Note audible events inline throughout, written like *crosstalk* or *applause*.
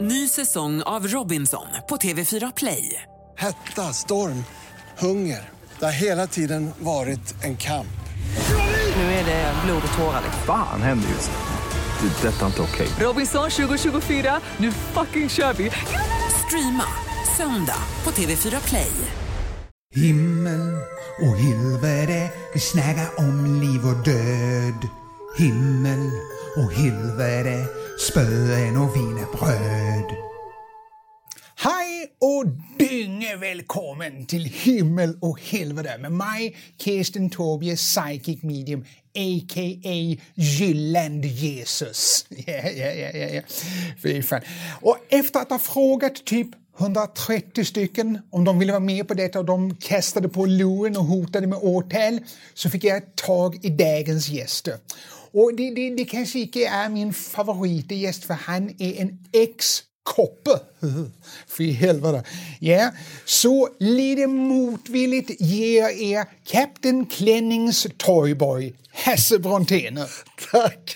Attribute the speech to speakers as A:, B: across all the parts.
A: Ny säsong av Robinson på TV4 Play.
B: Hetta, storm, hunger. Det har hela tiden varit en kamp.
A: Nu är det blod och tårar. liksom.
C: Fan händer just nu. Det. är Detta är inte okej.
A: Robinson 2024, nu fucking kör vi! Streama söndag på TV4 Play.
D: Himmel och helvete, vi snäga om liv och död. Himmel och helvete, spöen och wienerbröd.
E: Hej och dynge välkommen till himmel och helvete med mig, Kirsten Tobie, psychic medium, a.k.a. Gylland Jesus. *laughs* Ja, ja, ja, ja, ja. Fy fan. Och efter att ha frågat typ 130 stycken om de ville vara med på detta och de kastade på luren och hotade med åtal så fick jag tag i dagens gäster. Och det, det, det kanske inte är min favoritgäst för han är en ex koppe. *laughs* Fy helvete. Ja, så lite motvilligt ger jag er Captain Klennings Toyboy, Hasse Brontén.
F: Tack!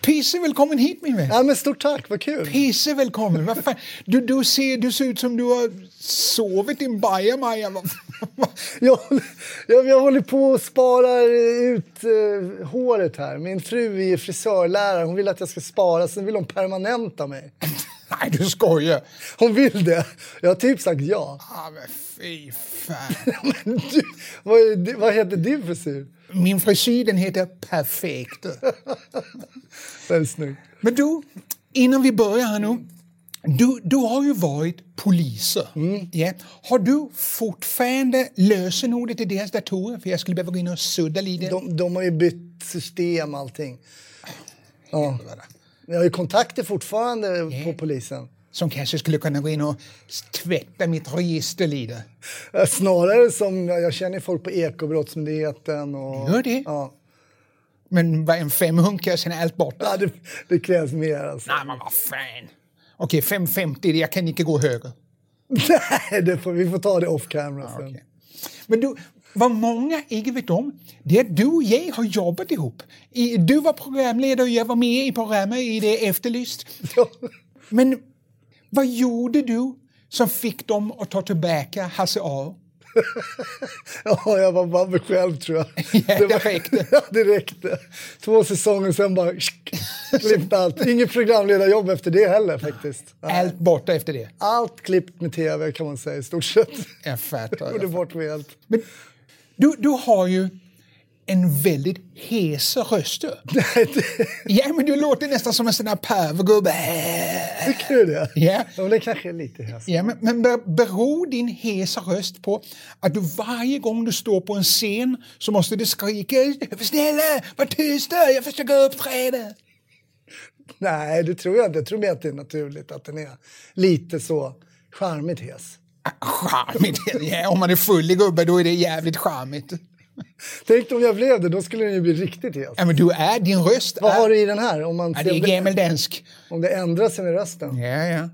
E: Pisse, välkommen hit min vän.
F: Ja, men stort tack, vad kul!
E: Pisse, välkommen. Vad fan? Du, du, ser, du ser ut som du har sovit i en bajamaja. Vad-
F: Jag, håller- jag, jag håller på och sparar ut eh, håret här. Min fru är ju frisörlärare, hon vill att jag ska spara, sen vill hon permanenta mig.
E: Nej, du skojar.
F: Hon vill det! Jag har typ sagt ja.
E: Ah, men fy fan.
F: Men du, vad, är, det- vad heter din frisyr?
E: Min frisyr den heter Perfekt.
F: Väldigt snygg.
E: Men du, innan vi börjar här nu. Du, du har ju varit poliser.
F: Mm.
E: Ja. Har du fortfarande lösenordet i deras datorer? För jag skulle behöva gå in och sudda lite.
F: De, de har ju bytt system, allting. Ja. Jag har ju kontakter fortfarande på polisen.
E: Som kanske skulle kunna gå in och tvätta mitt register lite.
F: Eh, Snarare som, jag känner folk på Ekobrottsmyndigheten och...
E: Gör det?
F: Ja.
E: Men vad en femhunk och sen är allt borta.
F: Ja, det, det krävs mer alltså.
E: Nej, men vad fan. Okej, 550, jag kan inte gå högre.
F: Nej, det får, vi får ta det off camera sen.
E: Ah,
F: *laughs*
E: Okej. Men du, vad många inte vet om, det är att du och jag har jobbat ihop. I, du var programledare och jag var med i programmet i det Efterlyst. Men vad gjorde du som fick dem att ta tillbaka Hasse Aro?
F: Ja, jag var bara mig själv tror jag.
E: *laughs* Ja, det
F: var-
E: räckte.
F: *laughs* ja, det räckte. Två säsonger sen bara
E: *laughs*
F: klippt allt. Inget programledarjobb efter det heller faktiskt. Nej.
E: Allt borta efter det.
F: Allt klippt med tv kan man säga i stort sett.
E: Jag fattar. *laughs*
F: Gjorde bort med allt.
E: Du, du har ju en väldigt hes *laughs* röst.
F: Nej, det, *laughs*
E: Ja, men du låter nästan som en sån där pervergubbe.
F: tycker du det?
E: Ja.
F: Ja, men det kanske är lite häst.
E: Ja, men, men ber- beror din hesa röst på att du varje gång du står på en scen så måste du skrika “Snälla, var tysta, jag försöker uppträda”?
F: Nej, det tror jag inte. Jag tror mer att det är naturligt att den är lite så charmigt hes.
E: Ah, Charmigt! Ja, om man är full i gubbe då är det jävligt charmigt.
F: Tänk om jag blev det, då skulle den ju bli riktigt hes.
E: Ja, men du är, din röst
F: Vad
E: är...
F: har du i den här? Om, man
E: Äh. Ja, det
F: ser om
E: är gammeldansk.
F: om det ändrar sig med rösten?
E: Ja, ja.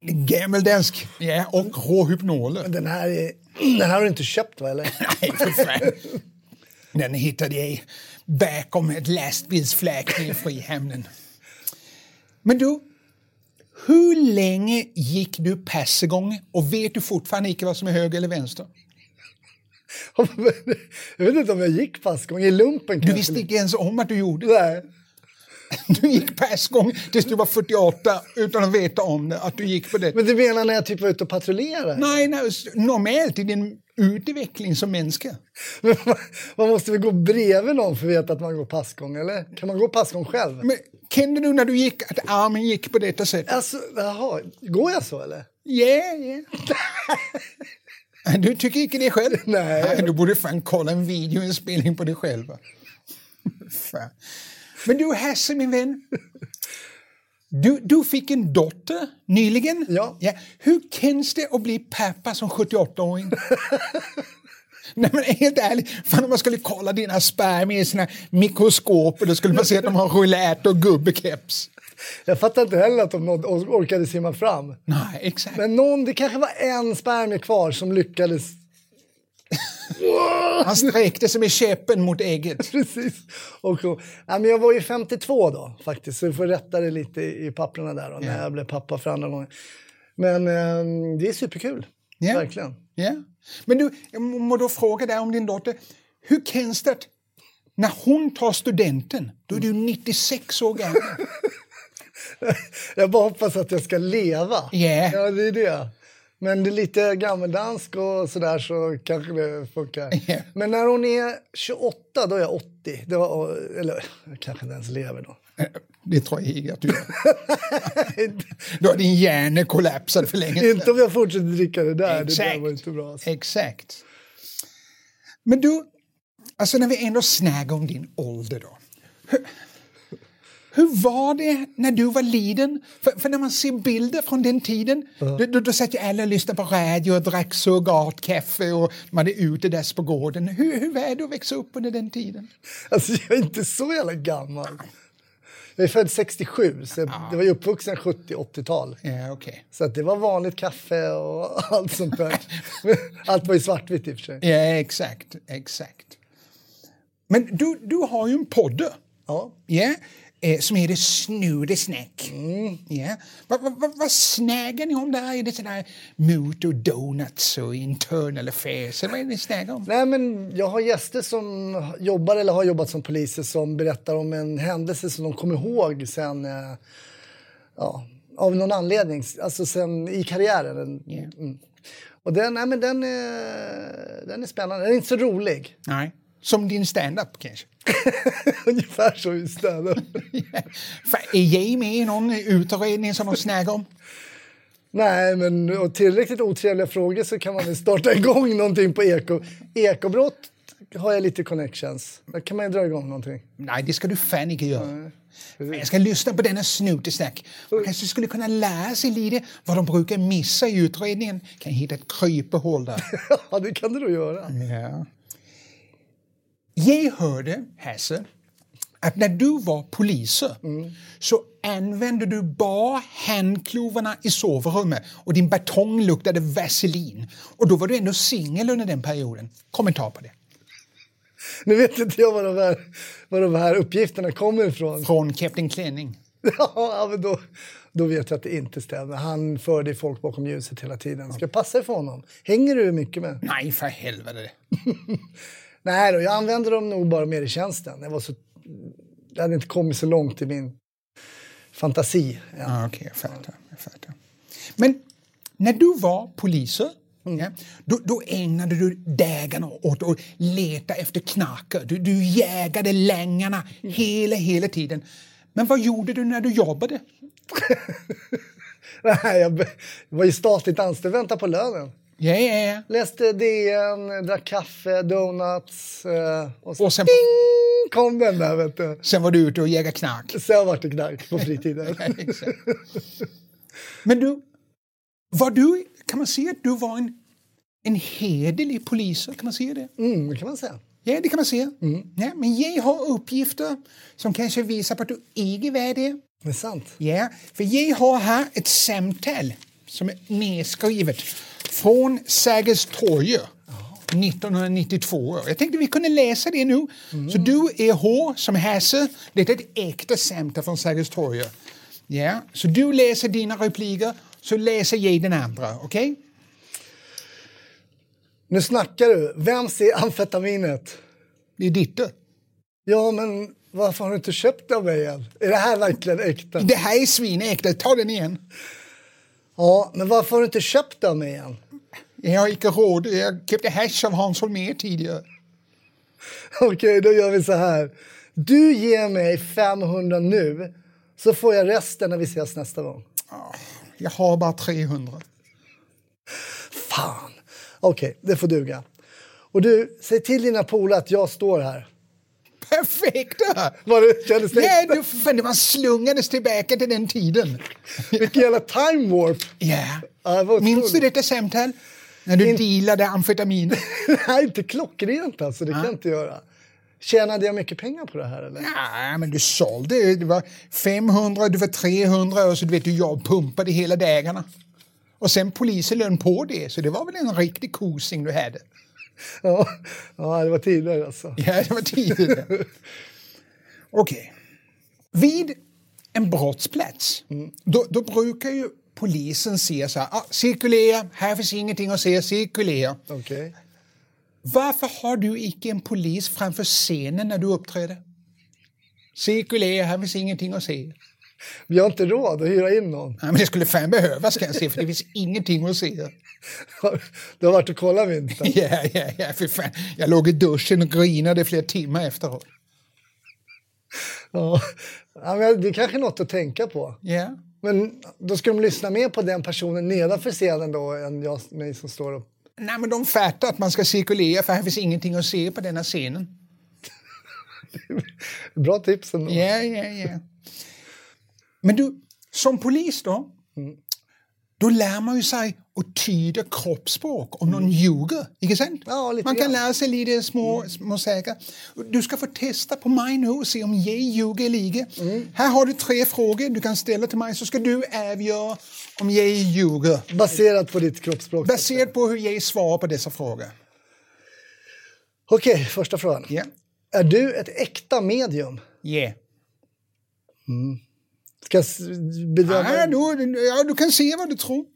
E: Gammeldansk. Ja, och råhypnoler.
F: Den här, är, *clears throat* den här har du inte köpt va? Eller? *laughs*
E: Nej, för fan. Den hittade jag bakom ett lastbilsfläk i Frihamnen. Men du, hur länge gick du passegång och vet du fortfarande inte vad som är höger eller vänster?
F: jag vet inte om jag gick passgång, i lumpen
E: Du
F: kanske.
E: visste inte ens om att du gjorde det.
F: Nej.
E: Du gick passgång tills du var 48 utan att veta om det, att du gick på det.
F: Men du menar när jag typ var ute och patrullerade?
E: Nej, nej, normalt i din utveckling som människa.
F: *laughs* Men man- Man måste väl gå bredvid någon för att veta att man går passgång, eller? Kan man gå passgång själv?
E: Men kände du när du gick att armen gick på detta sätt?
F: Alltså, jaha, går jag så eller?
E: Yeah, yeah. Du tycker inte det själv?
F: Nej.
E: Du borde fan kolla en videoinspelning på dig själv. va? Fan. Men du Hasse, min vän. Du, du fick en dotter nyligen.
F: Ja.
E: Hur känns det att bli pappa som 78-åring? *laughs* Nej, men helt ärligt, fan om man skulle kolla dina spermier i sina mikroskoper då skulle man se att de har roulette och gubbekeps.
F: Jag fattar inte heller att de nåd- or- orkade simma fram.
E: Nej, exakt.
F: Men någon, det kanske var en spermie kvar som lyckades
E: Han sträckte sig med käppen mot ägget.
F: *laughs* Precis. Och, och, nej, men jag var ju 52 då faktiskt, så vi får rätta det lite i, i papperna där då, när jag blev pappa för andra gången. Men eh, det är superkul,
E: Ja.
F: verkligen. *laughs*
E: Ja. Men du, jag må då fråga dig om din dotter. Hur känns det att när hon tar studenten, då är du 96 år gammal?
F: Jag bara hoppas att jag ska leva.
E: Ja.
F: Ja, det är det. Men det är lite gammeldansk och sådär så kanske det funkar.
E: Ja.
F: Men när hon är 28, då är jag 80. Det var, eller jag kanske inte ens lever då.
E: *laughs*
F: *laughs*
E: Det tror jag inte att du gör. Då har din hjärna kollapsat för länge sedan.
F: inte om jag fortsätter dricka det där. Det
E: Exakt.
F: där var inte bra. alltså.
E: Exakt. Men du, alltså när vi ändå snägar om din ålder då. Hur, hur var det när du var liten? För, för när man ser bilder från den tiden, då, då, då satt ju alla och lyssnade på radio och drack surrogatkaffe och man är ute dess på gården. Hur, hur var det att växa upp under den tiden?
F: Alltså, jag är inte så jävla gammal. Jag är född 67, så jag, det var ju uppvuxen 70-80-tal.
E: Ja, okej.
F: Så att det var vanligt kaffe och *laughs* allt sånt där. Men allt var ju svartvitt i och för sig.
E: Ja, exakt, exakt. Men du, du har ju en podd.
F: Ja.
E: Ja, eh, som heter Snudesnack. Ja. Vad va, va, vad snägar ni om där? Är det sådär mut och donuts och internal affairs? Eller vad är det ni snägar om?
F: Nej, men jag har gäster som jobbar eller har jobbat som poliser som berättar om en händelse som de kommer ihåg sen... Eh, ja, av någon anledning, alltså sen i karriären.
E: Ja.
F: Mm. Och den, nej, men den, är, den är spännande. Den är inte så rolig. *laughs*
E: Nej. Som din stand-up kanske? *laughs*
F: Ungefär så i städer.
E: Fan, Är jag med i någon utredning som de snägar om?
F: nej, men och tillräckligt otrevliga frågor så kan man väl starta *laughs* igång någonting på eko. Ekobrott har jag lite connections. Där kan man ju dra igång någonting. *laughs*
E: Nej, det ska du fan inte göra. Men jag ska lyssna på denna snutesnack. Man kanske skulle kunna lära sig lite vad de brukar missa i utredningen. Kan hitta ett kryphål där.
F: ja, det kan du då göra.
E: Ja. Jag hörde, Hasse, att när du var poliser så använde du bara handklovarna i sovrummet och din batong luktade vaselin. Och då var du ändå singel under den perioden. Kommentar på det.
F: Nu vet inte jag var de här, var de här uppgifterna kommer ifrån. *laughs*
E: Från Captain Klänning.
F: ja, men då, då vet jag att det inte stämmer. Han förde folk bakom ljuset hela tiden. Ska jag passa för honom? Hänger du mycket med? *laughs*
E: Nej, för helvete.
F: Nej då, jag använde dem nog bara mer i tjänsten. Jag, var så, jag hade inte kommit så långt i min fantasi. Ja.
E: Ja, Ah, okej, jag fattar. Jag fattar. Men när du var poliser, ja, då, då ägnade du dagarna åt att leta efter knarkare. Du, du jägade längarna hela, hela tiden. Men vad gjorde du när du jobbade?
F: Nej, jag be- var ju statligt anställd, vänta på lönen.
E: Ja, ja, ja.
F: Läste DN, drack kaffe, donuts eh, och, så
E: Och sen,
F: Ding! kom den där. Vet du.
E: sen var du ute och jägade
F: *laughs*
E: knark.
F: Sen vart det knark på
E: *laughs*
F: fritiden.
E: Ja, exakt. Men du, var du, kan man säga att du var en, en hederlig polis? Kan man säga det?
F: Mm, det kan man säga.
E: Ja, det kan man se. Ja, men jag har uppgifter som kanske visar på att du inte var det.
F: Det är sant.
E: Ja, för jag har här ett samtal som är nedskrivet från Sergels torg 1992. Jag tänkte vi kunde läsa det nu. Så du är H som Hasse. Det är ett äkta samtal från Sergels torg. Ja, så du läser dina repliker, så läser jag den andra. Okej?
F: Nu snackar du. Vems är amfetaminet?
E: Det är ditt. då.
F: Ja, men varför har du inte köpt det av mig än? Är det här verkligen äkta?
E: Det här är svinäkta. Ta den igen.
F: Ja, men varför har du inte köpt det av mig än? *laughs*
E: Jag har inte råd. Jag köpte hash av Hans Holmér tidigare.
F: Okej, då gör vi så här. Du ger mig 500 nu, så får jag resten när vi ses nästa gång.
E: Jag har bara 300.
F: Fan! Okej, det får duga. Och du, säg till dina polare att jag står här.
E: Perfekt!
F: Var det, kändes det
E: Ja, du, fan, det man slungades tillbaka till den tiden.
F: *laughs* Vilken jävla time warp! *laughs*
E: Ja.
F: Ja, det var
E: Minns du
F: otroligt.
E: detta samtal? När du dealade amfetamin?
F: Det här är inte klockrent alltså, det kan jag inte göra. Tjänade jag mycket pengar på det här eller?
E: Nej, men du sålde. Det var 500, det var 300 och så du vet du, jag pumpade hela dagarna. Och sen polisen lön på det, så det var väl en riktig kosing du hade.
F: Ja, ja det var tidigare alltså.
E: *laughs* Ja, det var tidigare. Okej. Vid en brottsplats, då, då brukar ju polisen se så här, ah, cirkulera, här finns ingenting att se, cirkulera.
F: Okej.
E: Varför har du icke en polis framför scenen när du uppträder? Cirkulera, här finns ingenting att se.
F: Vi har inte råd att hyra in någon. *laughs*
E: Nej, men det skulle fan behövas kan jag säga, för det finns ingenting att se.
F: Du har varit och
E: *laughs*
F: kollat vintern.
E: Ja, ja, ja, för fan. Jag låg i duschen och grinade flera timmar efteråt.
F: Ja. Ja, men det är kanske är något att tänka på.
E: Ja.
F: Men då ska de lyssna mer på den personen nedanför scenen då än jag, mig som står upp.
E: Nej, men de fattar att man ska cirkulera för här finns ingenting att se på denna scenen.
F: Bra tips ändå.
E: Ja, ja, ja. Men du, som polis då, då lär man ju sig att tyda kroppsspråk om någon ljuger, inte sant?
F: Ja, lite
E: man kan
F: grann.
E: lära sig lite små, små saker. Du ska få testa på mig nu och se om jag ljuger eller inte. Här har du tre frågor du kan ställa till mig så ska du avgöra om jag ljuger.
F: Baserat på ditt kroppsspråk.
E: Baserat på hur jag svarar på dessa frågor.
F: Okej, första frågan.
E: Ja.
F: Är du ett äkta medium?
E: Yeah.
F: Ska jag s- bedöma
E: Ja, du, ja, du kan se vad du tror.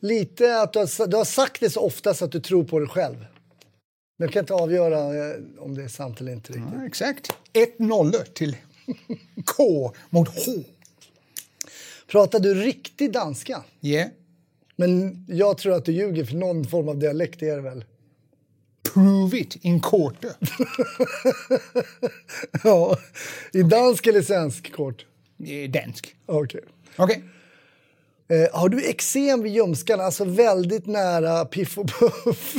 F: lite att du har, sa- du har sagt det så ofta så att du tror på dig själv. Men jag kan inte avgöra eh, om det är sant eller inte riktigt.
E: Ja, exakt. 1-0 till *laughs* K mot H.
F: Pratar du riktig danska?
E: Yeah.
F: Men jag tror att du ljuger för någon form av dialekt är det väl? *laughs*
E: Prove it in korte.
F: ja, i dansk eller svensk kort?
E: Det är dansk.
F: Okej.
E: Okej.
F: Eh, har du eksem vid ljumskarna, alltså väldigt nära Piff och Puff?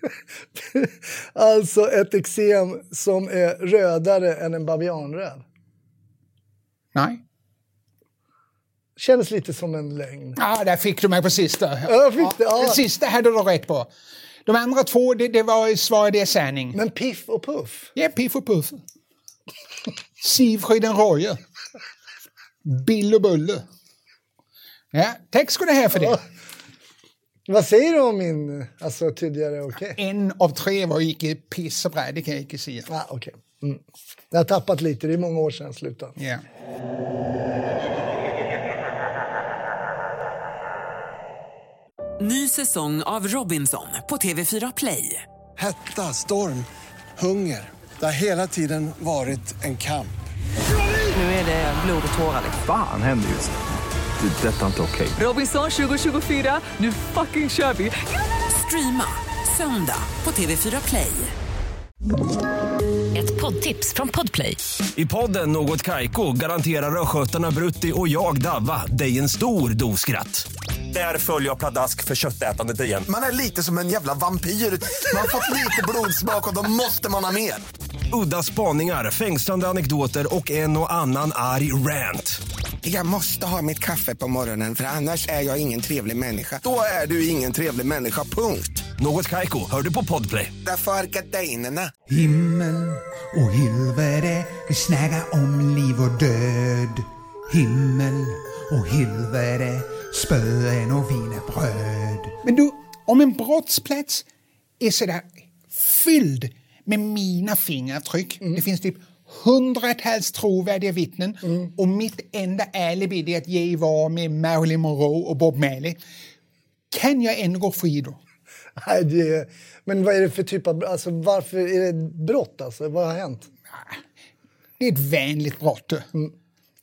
F: *laughs* alltså ett eksem som är rödare än en babianröv.
E: Nej.
F: Känns lite som en lögn.
E: Ah, där fick du mig på sista.
F: jag fick det, ja.
E: Den sista hade du rätt på. De andra två, det, det var svar det är sanning.
F: Men Piff och Puff?
E: Ja, Piff och Puff. Sivfriden Roje. Bill och Bulle. Ja, tack ska du ha för det.
F: Vad säger du om min alltså, tidigare okej?
E: En av tre var icke piss och brä, det kan jag icke säga.
F: Ah, okej. mm. Jag har tappat lite, det är många år sedan jag slutade.
E: Ja.
A: Ny säsong av Robinson på TV4 Play.
B: Hetta, storm, hunger. Det har hela tiden varit en kamp.
A: Nu är det blod och tårar. liksom.
C: Fan händer just det. Det är detta inte okej.
A: Robinson 2024, nu fucking kör vi! Streama söndag på TV4 Play.
G: Ett poddtips från Podplay.
H: I podden Något Kaiko garanterar östgötarna Brutti och jag, Davva, dig en stor dos skratt. Där följer jag pladask för köttätandet igen.
I: Man är lite som en jävla vampyr. Man har fått lite blodsmak och då måste man ha mer.
H: Udda spaningar, fängslande anekdoter och en och annan arg rant.
I: Jag måste ha mitt kaffe på morgonen för annars är jag ingen trevlig människa. Då är du ingen trevlig människa, punkt.
H: Något Kaiko, hör du på Podplay.
I: Därför är gardinerna.
D: Himmel och helvete, vi snackar om liv och död. Himmel och helvete, spöen och wienerbröd.
E: Men du, om en brottsplats är sådär fylld med mina fingeravtryck.
D: Mm.
E: Det finns typ hundratals trovärdiga vittnen
D: Mm.
E: och mitt enda alibi det är att jag var med Marilyn Monroe och Bob Marley. Kan jag ändå gå fri då?
F: Nej, det är, men vad är det för typ av... Alltså, varför är det ett brott? Alltså? Vad har hänt?
E: Det är ett vanligt brott. du.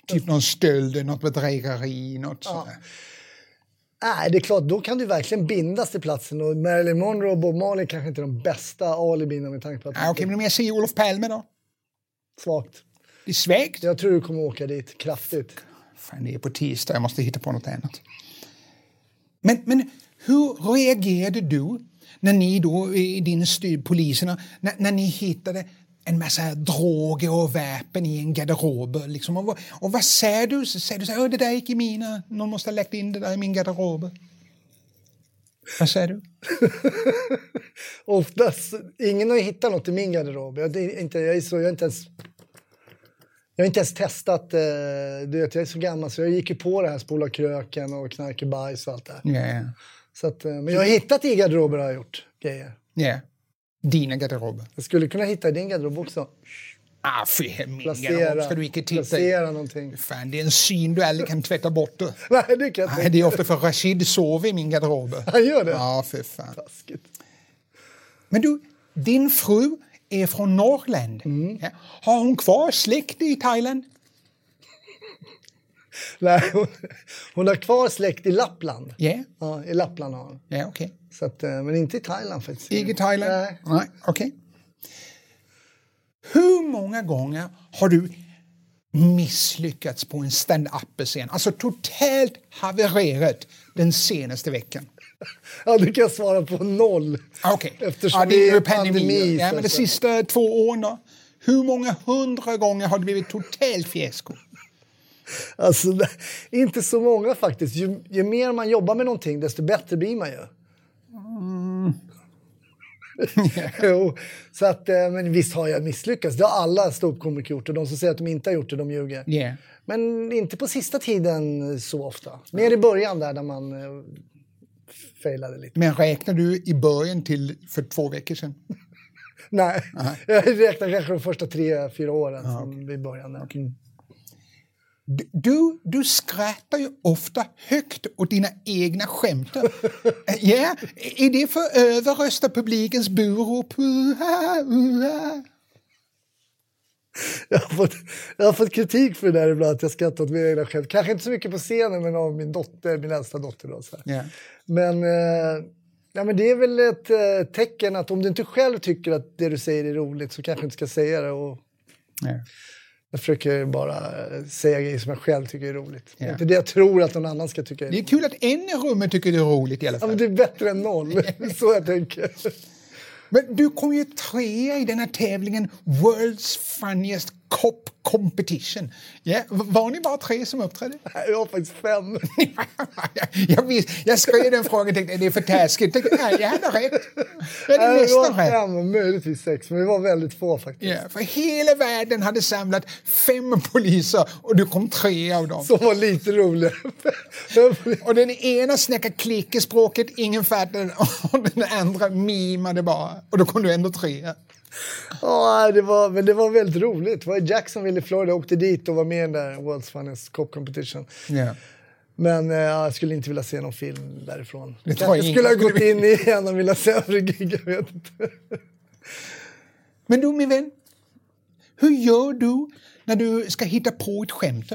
E: Typ någon stöld, något bedrägeri, något sådär.
F: Nej, det är klart, då kan du verkligen bindas till platsen. Och Marilyn Monroe och Bob Marley kanske inte är de bästa alibina med tanke på att
E: Ah, Okej, men om jag säger Olof Palme då?
F: svagt.
E: Det är svagt.
F: Jag tror du kommer åka dit kraftigt.
E: Fan, det är på tisdag, jag måste hitta på något annat. Men, men hur reagerade du när ni då i din styr, poliserna, när, när ni hittade en massa droger och vapen i en garderob? Liksom. Och, vad- och vad säger du? Säger du så här, "Åh, det där gick i mina, någon måste ha lagt in det där i min garderob? Vad säger du?
F: Oftast, ingen har ju hittat något i min garderob. Jag, det är inte, jag, är så, jag, är inte ens, jag har inte ens testat. Eh, du vet, jag är så gammal så jag gick ju på det här spola kröken och knarka bajs och allt det här.
E: Ja, ja.
F: Så att, eh, men jag har hittat i garderober har jag gjort. grejer.
E: Ja. Dina garderober.
F: Jag skulle kunna hitta i din garderob också.
E: Ah, fy, min garderob
F: Placera,
E: ska du icke titta i.
F: placera någonting.
E: Fan, det är en syn du aldrig kan tvätta bort. du.
F: Nej, det kan jag
E: Nej,
F: tänka
E: det är ofta för Rashid sover i min garderob.
F: Han gör det?
E: Ja, för fan.
F: Taskigt.
E: Men du, din fru är från Norrland.
F: Mm.
E: Ja. Har hon kvar släkt i Thailand?
F: Nej, hon, hon har kvar släkt i Lappland.
E: Ja,
F: Ja, i Lappland har hon.
E: ja okej.
F: Så att, eh, men inte i Thailand faktiskt.
E: Inte i Thailand?
F: Nej.
E: Nej, okej. Hur många gånger har du misslyckats på en stand-up-scen? Alltså totalt havererat den senaste veckan.
F: Ja, du kan svara på noll.
E: Ah, Okej.
F: *laughs* Eftersom
E: ja,
F: det är
E: ju
F: pandemi,
E: Ja,
F: så alltså.
E: men de
F: att-
E: sista två åren då? Hur många hundra gånger har det blivit totalt fiasko?
F: Alltså, det- inte så många faktiskt. Ju, ju mer man jobbar med någonting, desto bättre blir man ju.
E: Mm.
F: *laughs*
E: *laughs*
F: jo, så att, eh, men visst har jag misslyckats. Det har alla ståuppkomiker gjort. Och de som säger att de inte har gjort det, de ljuger.
E: Ja.
F: Men inte på sista tiden så ofta. Mer i början där, när man eh, failade lite.
E: Men räknar du i början till för två veckor sedan?
F: Nej, *laughs* jag räknar kanske de första tre, fyra åren som vi började. där. Mm.
E: Du- Du, du skrattar ju ofta högt åt dina egna skämt. Eh, Ja, är det för att överrösta publikens burop? Uha, uha.
F: Jag, har fått, jag har fått kritik för det där ibland, att jag skrattar åt mina egna skämt. Kanske inte så mycket på scenen, men av min dotter, min äldsta dotter. Då, så här.
E: Ja.
F: Men, eh, ja, men det är väl ett eh, tecken att om du inte själv tycker att det du säger är roligt så kanske du inte ska säga det. Och
E: Ja.
F: jag försöker bara eh, säga grejer som jag själv tycker är roligt.
E: Ja.
F: Inte det jag tror att någon annan ska tycka är
E: Det är
F: roligt.
E: kul att en i rummet tycker det är roligt i alla
F: Ja,
E: fall.
F: men det är bättre
E: *laughs*
F: än noll, Det är så jag tänker.
E: Men du kom ju trea i den här tävlingen World's Funniest Cop Competition. Ja, var ni bara tre som uppträdde? *laughs*
F: Nej, Jag har faktiskt fem.
E: jag, visst, jag skrev den frågan och tänkte det är för taskigt. Jag, tänkte, nej, jag hade rätt. Jag hade
F: Nej, vi
E: nästan
F: Äh, var
E: rätt.
F: fem, möjligtvis sex, men vi var väldigt få faktiskt.
E: Ja, för hela världen hade samlat fem poliser och du kom tre av dem.
F: *laughs* Som var lite roliga. *laughs*
E: Och den ena snackade klickespråket, ingen fattade *laughs* och den andra mimade bara. Och då kom du ändå tre.
F: Ja, det var, men det var väldigt roligt. Det var i Jacksonville i Florida. Jag åkte dit och var med i den där World's Funniest Cop Competition.
E: Ja.
F: Men eh, jag skulle inte vilja se någon film därifrån.
E: Det tror jag
F: jag
E: ingen
F: skulle ha
E: skulle
F: gått in i en av mina sämre gig, jag vet inte. *laughs*
E: Men du min vän, hur gör du när du ska hitta på ett skämt?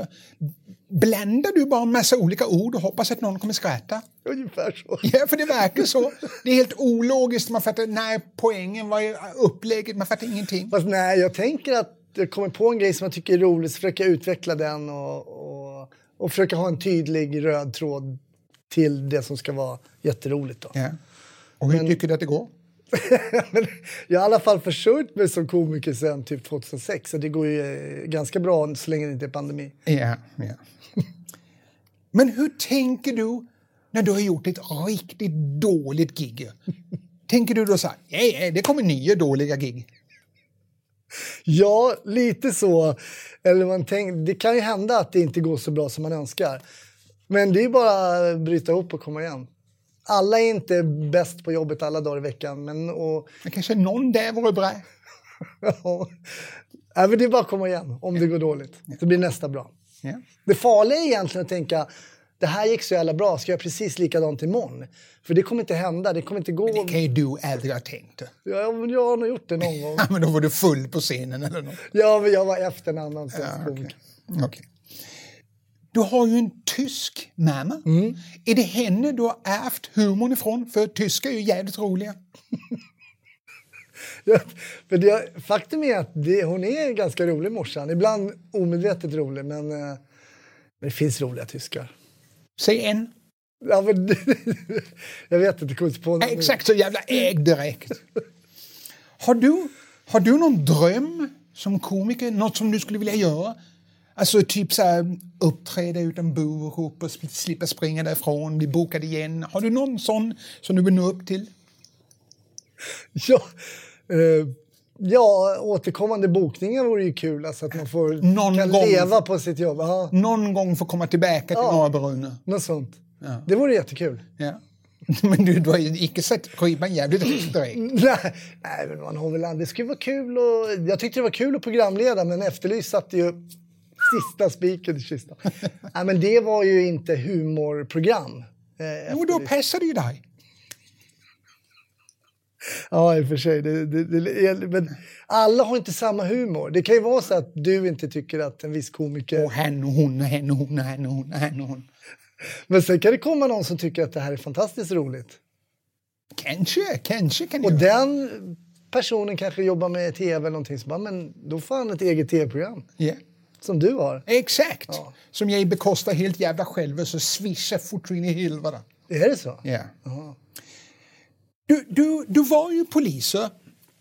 E: Blandar du bara en massa olika ord och hoppas att någon kommer skratta?
F: Ungefär så.
E: Ja, för det verkar så. Det är helt ologiskt. Man fattar, nej, poängen var ju upplägget, man fattar ingenting.
F: Fast nej, jag tänker att jag kommer på en grej som jag tycker är rolig så försöker jag utveckla den och, och, och försöka ha en tydlig röd tråd till det som ska vara jätteroligt. Då.
E: Ja. Och hur tycker du att det går?
F: *laughs* Men jag har i alla fall försörjt mig som komiker sedan typ 2006 så det går ju eh, ganska bra så länge det inte är pandemi.
E: Ja, ja. Men hur tänker du när du har gjort ett riktigt dåligt gig? Tänker du då så här, ja, ja, det kommer nya dåliga gig?
F: Ja, lite så. Eller man tänk, det kan ju hända att det inte går så bra som man önskar. Men det är bara att bryta ihop och komma igen. Alla är inte bäst på jobbet alla dagar i veckan. Men, och, *laughs*
E: Men kanske någon där vore bra?
F: Nej, men det är bara att komma igen om det går dåligt. Så blir nästa bra.
E: Ja.
F: Det farliga är egentligen att tänka det här gick så jävla bra, ska jag göra precis likadant imorgon? För det kommer inte hända, det kommer inte gå.
E: Det kan ju du aldrig ha tänkt.
F: Ja, men jag har nog gjort det någon
E: *laughs*
F: gång.
E: Ja, men då var du full på scenen eller något.
F: Ja, men jag var efter en annan svensk
E: Ja,
F: komiker.
E: Okej. Du har ju en tysk mamma. Är det henne du har ärvt humorn ifrån? För tyskar är ju jävligt roliga.
F: Ja, För det, faktum är att det, hon är ganska rolig morsan. Ibland omedvetet rolig, men, eh, men det finns roliga tyskar.
E: Säg en.
F: Ja, men, *laughs* jag vet inte, kommer inte på
E: Ja,
F: någon nu.
E: Exakt så jävla ägd direkt. *laughs* Har du, har du någon dröm som komiker? Något som du skulle vilja göra? Alltså typ så här, uppträda utan burop och sl- slippa springa därifrån, bli bokad igen. Har du någon sån som du vill nå upp till?
F: Ja, eh, ja, återkommande bokningar vore ju kul. Alltså att man får,
E: Någon
F: kan
E: gång.
F: leva på sitt jobb. Ja,
E: Någon gång få komma tillbaka till Norra Brunn?
F: något sånt. Det vore jättekul. *laughs*
E: Ja. *laughs* Men du, du har ju icke sett skivan jävligt
F: Mm.
E: direkt.
F: Nej, nej, men man har väl aldrig... Det skulle vara kul och, Jag tyckte det var kul att programleda, men Efterlyst satte ju sista spiken i kistan. nej, men det var ju inte humorprogram. Eh,
E: Jo, då passar det ju dig.
F: Ja, i och för sig. Det, det, det, är- men alla har inte samma humor. Det kan ju vara så att du inte tycker att en viss komiker...
E: Och hen och hon och hen och hon och hen och hon och hen och hon.
F: Men sen kan det komma någon som tycker att det här är fantastiskt roligt.
E: Kanske, kanske kan det
F: Och
E: vara.
F: den personen kanske jobbar med tv eller någonting. Så bara, men då får han ett eget tv-program
E: Ja.
F: som du har.
E: Exakt! Som jag bekostar helt jävla själv och så swishar fort in i helvete.
F: Är det så?
E: Ja. Du, du, du var ju poliser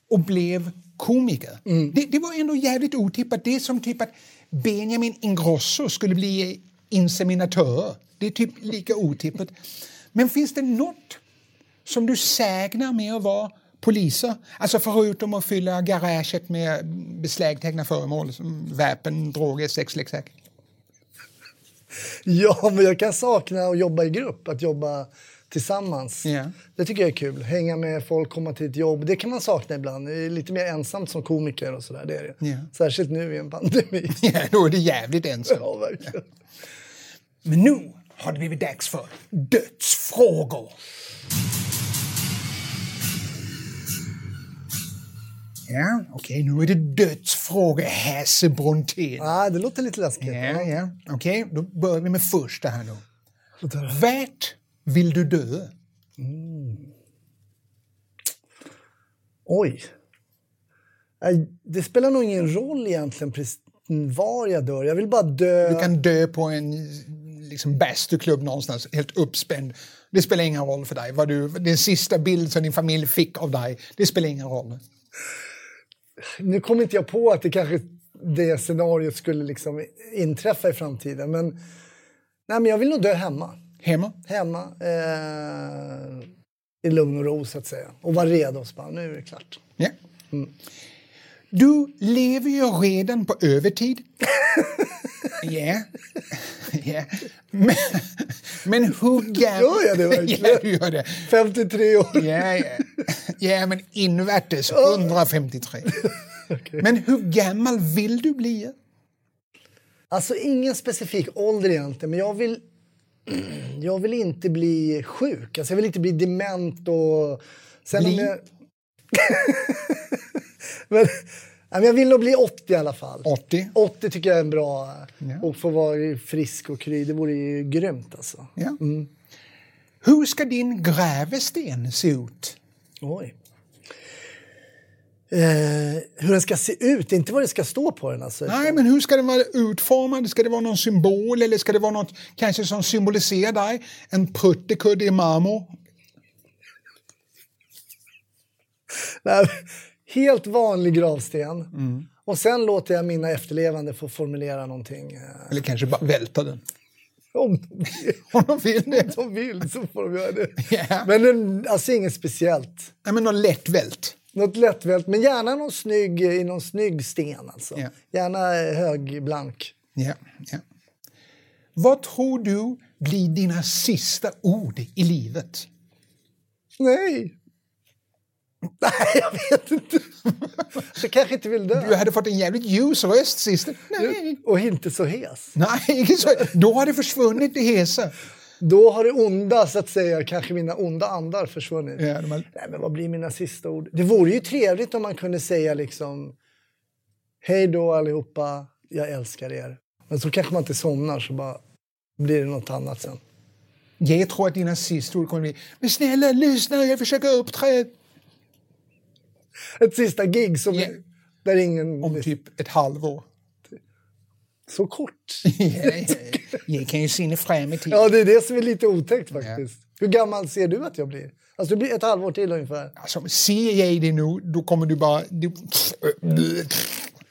E: och blev komiker. Det, det var ändå jävligt otippat. Det är som typ att Benjamin Ingrosso skulle bli inseminatör. Det är typ lika otippat. Men finns det något som du sägnar med att vara poliser? Alltså förutom att fylla garaget med beslagtagna föremål som vapen, droger, sexleksaker.
F: Ja, men jag kan sakna att jobba i grupp, att jobba tillsammans.
E: Ja.
F: Det tycker jag är kul. Hänga med folk, komma till ett jobb. Det kan man sakna ibland. Det är lite mer ensamt som komiker och sådär. Det är det.
E: Ja.
F: Särskilt nu i en pandemi.
E: *laughs* Ja, då är det jävligt ensamt.
F: *laughs* Ja, verkligen.
E: Men nu har det blivit dags för dödsfrågor. Ja, okej, nu är det dödsfrågor, Hasse Brontén.
F: Ah, det låter lite läskigt.
E: Ja, ja. Okej, då börjar vi med första här nu. Vart vill du dö?
F: Oj. Nej, Det spelar nog ingen roll egentligen precis var jag dör. Jag vill bara dö.
E: Du kan dö på en liksom, bastuklubb någonstans, helt uppspänd. Det spelar ingen roll för dig. Vad du, den sista bild som din familj fick av dig, det spelar ingen roll.
F: Nu kommer inte jag på att det kanske det scenariot skulle liksom inträffa i framtiden. Men, nej, men jag vill nog dö hemma.
E: Hemma?
F: Hemma. Eh, I lugn och ro så att säga. Och vara redo. Och så bara, nu är det klart.
E: Ja. Du lever ju redan på övertid.
F: *laughs*
E: Ja. Ja. Men, men hur gammal...
F: Gör jag det verkligen?
E: Ja, du gör det.
F: 53 år.
E: Ja, ja. ja, men invärtes 153.
F: *laughs*
E: Men hur gammal vill du bli?
F: Alltså ingen specifik ålder egentligen, men jag vill, *clears throat* jag vill inte bli sjuk. Alltså jag vill inte bli dement och... Sen
E: Bli?
F: Om jag... *laughs* men, ja, men jag vill nog bli 80 i alla fall.
E: 80?
F: 80 tycker jag är en bra...
E: Ja.
F: Och få vara frisk och kry, det vore ju grymt alltså.
E: Ja. Hur ska din grävesten se ut?
F: Oj. Eh, hur den ska se ut, inte vad det ska stå på den alltså.
E: Nej, men hur ska den vara utformad? Ska det vara någon symbol eller ska det vara något kanske som symboliserar dig? En puttekudde i marmor?
F: Nej, *laughs* helt vanlig gravsten.
E: Mm.
F: Och sen låter jag mina efterlevande få formulera någonting. eh,
E: Eller kanske bara välta den? *laughs*
F: Om *laughs* de vill,
E: Om de vill det.
F: de vill så får de göra det.
E: *laughs* Ja.
F: Men en, alltså inget speciellt.
E: Nej, men någon lättvält.
F: Något lättvält, men gärna någon snygg, i någon snygg sten. Alltså.
E: Ja.
F: Gärna högblank.
E: Ja, ja. Vad tror du blir dina sista ord i livet?
F: Nej! *laughs* Nej, jag
E: *laughs*
F: vet inte. Så kanske inte vill
E: Du
F: dö.
E: hade fått en jävligt ljus röst sist. Nej,
F: Och inte så hes.
E: nej, inte så. Då har det försvunnit det hesa.
F: Då har det onda, så att säga, kanske mina onda andar försvunnit.
E: Ja, de har-
F: Nej, men vad blir mina sista ord? Det vore ju trevligt om man kunde säga liksom Hej då allihopa, jag älskar er. Men så kanske man inte somnar så bara blir det något annat sen.
E: Jag tror att dina sista ord kommer bli Men snälla, lyssna, jag försöker uppträda.
F: Ett sista gig som
E: Ja.
F: där ingen...
E: Om typ ett halvår.
F: Så kort. *laughs*
E: Jag kan ju sinne fram i tiden.
F: Ja, det är det som är lite otäckt faktiskt. Hur gammal ser du att jag blir? Alltså du blir ett halvår till ungefär.
E: Alltså, ser jag det nu, då kommer du bara... Du,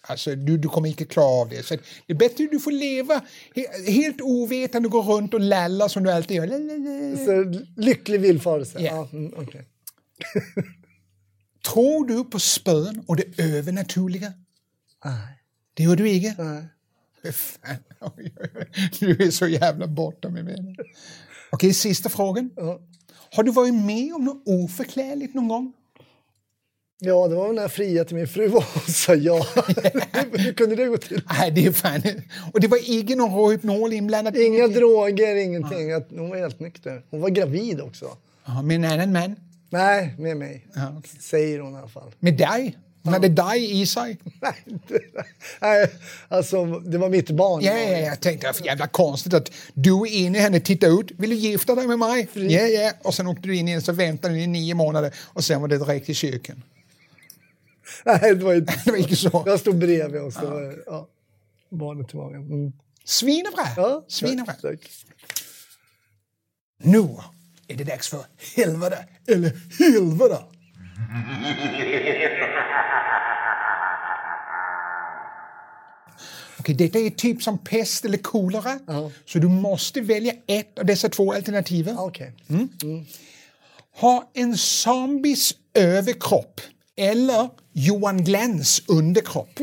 E: alltså, du, du kommer inte klara av det. Så att det är bättre att du får leva he, helt ovetande och gå runt och lalla som du alltid gör. Lalala.
F: Så lycklig villfarelse.
E: Ja.
F: Ja, mm, okej.
E: Tror du på spön och det övernaturliga?
F: Nej.
E: Det gör du inte?
F: Nej.
E: Fy fan, *laughs* oj, oj, oj. Du är så jävla borta med mig. Okej, sista frågan. Har du varit med om något oförklarligt någon gång?
F: Ja, det var väl när jag friade till min fru och hon *laughs* sa ja. Hur kunde det gå till?
E: Nej, det är fan... Och det var ingen och Rohypnol inblandad?
F: Inga droger, ingenting. Att Hon var helt nykter. Hon var gravid också.
E: Ja, Med en annan man?
F: Nej, med mig.
E: Ja, okej.
F: Säger hon i alla fall.
E: Med dig? Hon hade dig i sig?
F: Nej, inte, nej, alltså det var mitt barn.
E: Ja, ja, jag tänkte det var jävla konstigt att du är inne i henne, titta ut, vill du gifta dig med mig? Ja, ja. Och sen åkte du in i henne så väntade ni i nio månader och sen var det direkt i köken. *laughs*
F: Nej, det var inte
E: Det var inte så.
F: Jag stod bredvid och så var det- ja, barnet i magen. Mm.
E: Svinebra!
F: Ja,
E: Svinebra.
F: tack, tack.
E: Nu är det dags för helvete eller helvete. Okej, detta är typ som pest eller kolera. Så du måste välja ett av dessa två alternativ.
F: Ah, Okej.
E: Ha en zombies överkropp eller Johan Glans underkropp.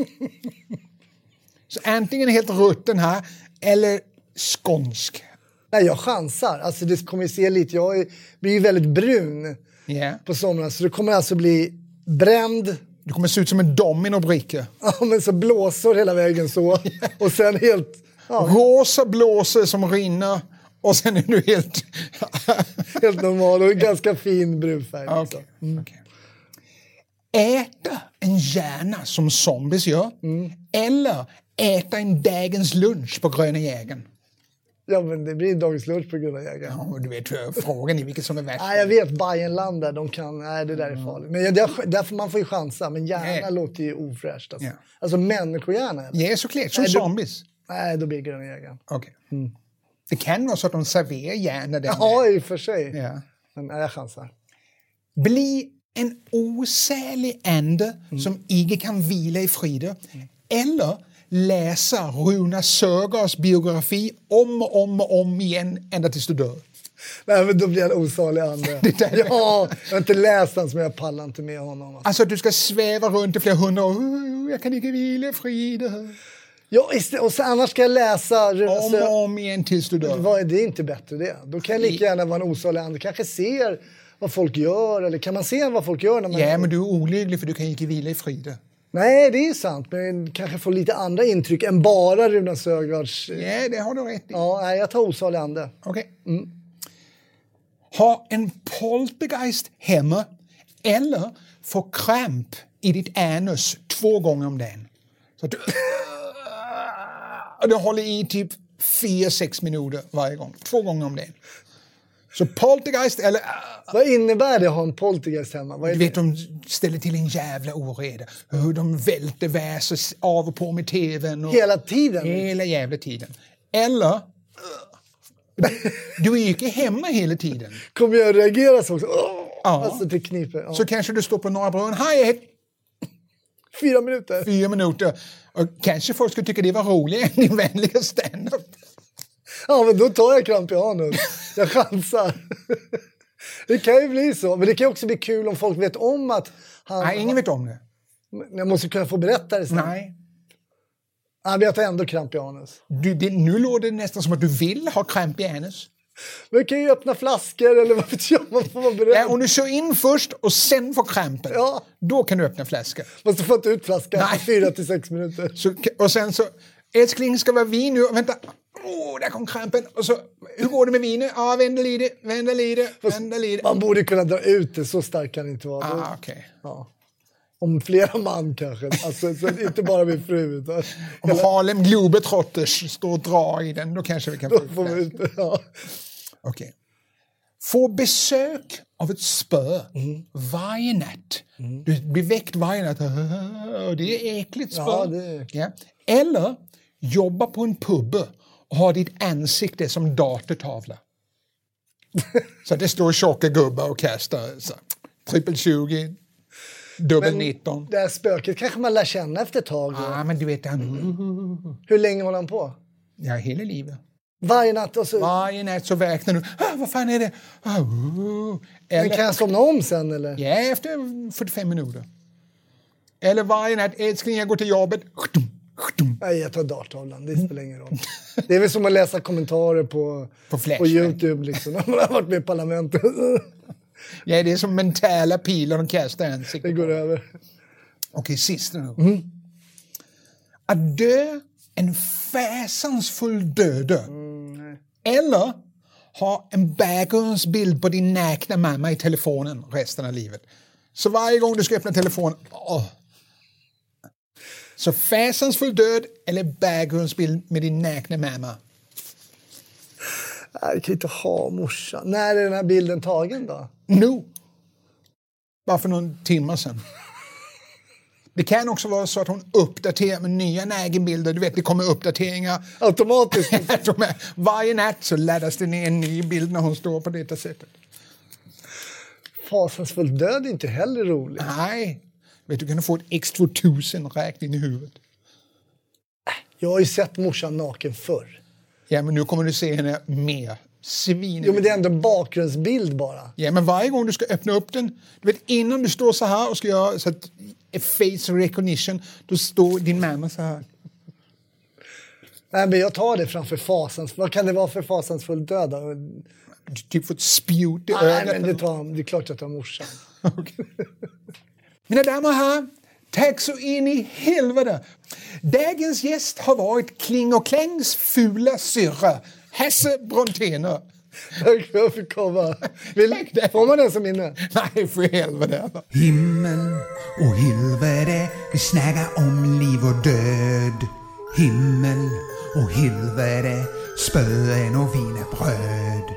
E: Så antingen helt rutten här eller skånsk.
F: Nej, jag chansar. Alltså, det kommer vi se lite. Jag är, blir ju väldigt brun
E: Ja.
F: på somrarna så du kommer alltså bli bränd,
E: Du kommer se ut som en dominobricka.
F: ja, men så blåsor hela vägen så och sen helt, ja,
E: Rosa blåser som rinner och sen är du
F: *laughs*
E: helt...
F: helt normal och ganska fin brunfärg. liksom.
E: Ah, Okej, Mm, okej. Äta en hjärna som zombies gör
F: Mm.
E: eller äta en dagens lunch på Gröna jägaren.
F: Ja, men det blir dagens lunch på grund av jägaren.
E: Ja, du vet eh, frågan är vilket som är värst.
F: Nej, jag vet Bayernland där, de kan, nej det där är farligt. Men jag, där, därför man får ju chansa, men hjärna
E: Mm. Nej.
F: låter ju ofräscht. Alltså,
E: Ja.
F: alltså människohjärna. eller?
E: Ja, såklart. Som
F: Nej, du-
E: zombies.
F: Nej, då blir gröna jägaren.
E: Okej. Det kan vara så att de serverar hjärnor där.
F: Ja, i och för sig.
E: Ja.
F: Men nej, jag chansar.
E: Bli en osälig ande som inte kan vila i fride. Eller läsa Runa Sögers biografi om och om och om igen ända tills du dör.
F: Nej, men då blir jag en osalig ande.
E: *laughs* Det där-
F: ja, jag har inte läst hans, men jag pallar inte med honom. Alltså.
E: Alltså att du ska sväva runt i flera hundra år. "Uh, Jag kan inte vila i fride.
F: Ja, istä- och så, annars ska jag läsa... Rune
E: Om
F: Sö-
E: och om igen tills du dör.
F: Vad är det inte bättre det? Då kan jag lika gärna vara en osalig ande. Kanske ser vad folk gör, eller kan man se vad folk gör? När man...
E: Ja, men du är olycklig för du kan inte vila i fride.
F: Nej, det är sant, men kanske få lite andra intryck än bara Rune Sögaards...
E: Ja, det har du rätt i.
F: Ja, nej, jag tar osalig ande.
E: Okej. Mm. Ha en poltergeist hemma eller få kramp i ditt anus två gånger om dagen. Så att du, och du håller i typ 4-6 minuter varje gång. Två gånger om dagen. Så poltergeist eller...
F: Vad innebär det att ha en poltergeist hemma? Vad är
E: Du
F: det?
E: vet, de ställer till en jävla oreda. Hur de välter väser av och på med tvn. Och...
F: Hela tiden?
E: Hela jävla tiden. Eller... Du är ju inte hemma hela tiden.
F: Kommer jag reagera så också? Åh!
E: Ja.
F: Alltså till kniper. Ja.
E: Så kanske du står på Norra Brunn, hej, hej,
F: Fyra minuter?
E: fyra minuter. Och kanske folk skulle tycka det var roligare än din vänliga standup.
F: Ja, men då tar jag kramp i anus. Jag chansar. *laughs* Det kan ju bli så. Men det kan ju också bli kul om folk vet om att han...
E: Nej, ingen vet om det.
F: Men Jag måste kunna få berätta det sen.
E: Nej.
F: Ja, men jag tar ändå kramp i anus.
E: Du, det, nu låter det nästan som att du vill ha kramp i anus.
F: Men jag kan ju öppna flaskor eller vad vet jag. Man får vara beredd.
E: Ja, om du kör in först och sen får krampen,
F: Ja.
E: då kan du öppna flaskan.
F: Måste få ta ut flaskan
E: Nej.
F: i fyra till sex minuter.
E: Så, och sen så, älskling ska vara vin nu, och vänta, åh, där kom krampen. Och så, hur går det med vinet? Ja, vända lite, vända lite, vända lite.
F: Man borde kunna dra ut det. Så stark kan det inte vara.
E: Ah, okej.
F: Ja. Om flera man kanske. Alltså, så inte bara min fru. Utan
E: Om Harlem Globetrotters står och drar i den, då kanske vi kan få
F: då
E: ut
F: får
E: den.
F: vi ut ja.
E: Okej. Få besök av ett spö varje natt. Du blir väckt varje natt. Och Det är äckligt spö.
F: Ja, det är-
E: Ja. Eller jobba på en pub och ha ditt ansikte som
F: *laughs*
E: datortavla. så det står tjocka gubbar och kastar så, trippel 20, dubbel 19.
F: Det här spöket kanske man lär känna efter ett tag.
E: Ja, men du vet, han,
F: Hur länge håller han på?
E: ja, hela livet.
F: Varje natt? alltså, Och så,
E: Varje natt så vaknar du. Ah, vad fan är det? Ah, uh.
F: men
E: Eller,
F: kan jag somna om sen eller?
E: Ja, eh, efter 45 minuter. Eller varje natt, älskling jag går till jobbet.
F: Nej, jag tar darttavlan. Det spelar ingen roll. Det är väl som att läsa kommentarer på,
E: På Flash,
F: Youtube liksom, *laughs* när man har varit med i parlamentet.
E: Ja, det är som mentala pilar de kastar i ansiktet.
F: Det går över.
E: Okej, sista nu. Att dö en fasansfull döde. Eller ha en bakgrundsbild på din nakna mamma i telefonen resten av livet. Så varje gång du ska öppna telefonen... Åh. Så fasansfull död eller bakgrundsbild med din nakna mamma.
F: Nej, jag kan inte ha morsan. När är den här bilden tagen då?
E: Nu. Bara för någon timme sedan. Det kan också vara så att hon uppdaterar med nya nägenbilder. Du vet, det kommer uppdateringar. *laughs*
F: Automatiskt.
E: De är- Varje natt så laddas det ner en ny bild när hon står på detta sättet.
F: Fasansfull död är inte heller roligt.
E: Nej. Vet du, kan du få ett X2000 rakt in i huvudet.
F: Jag har ju sett morsan naken förr.
E: Ja, men nu kommer du se henne mer. Svin.
F: Jo, men det är ändå en bakgrundsbild bara.
E: Ja, men varje gång du ska öppna upp den, du vet innan du står så här och ska göra så att eh, face recognition, då står din mamma så här.
F: Nej, men jag tar det framför fasans... Vad kan det vara för fasansfull död då?
E: Du typ får ett spjut i
F: Nej,
E: ögat.
F: men det, tar, det är klart jag tar morsan.
E: Mina damer och herrar, tack så in i helvete! Dagens gäst har varit Kling och Klängs fula syrra, Hasse Brontén.
F: Tack för att jag fick komma. Vill, får man den som minne?
E: Nej, för helvete.
D: Himmel och helvete, vi snackar om liv och död. Himmel och helvete, spöen och wienerbröd.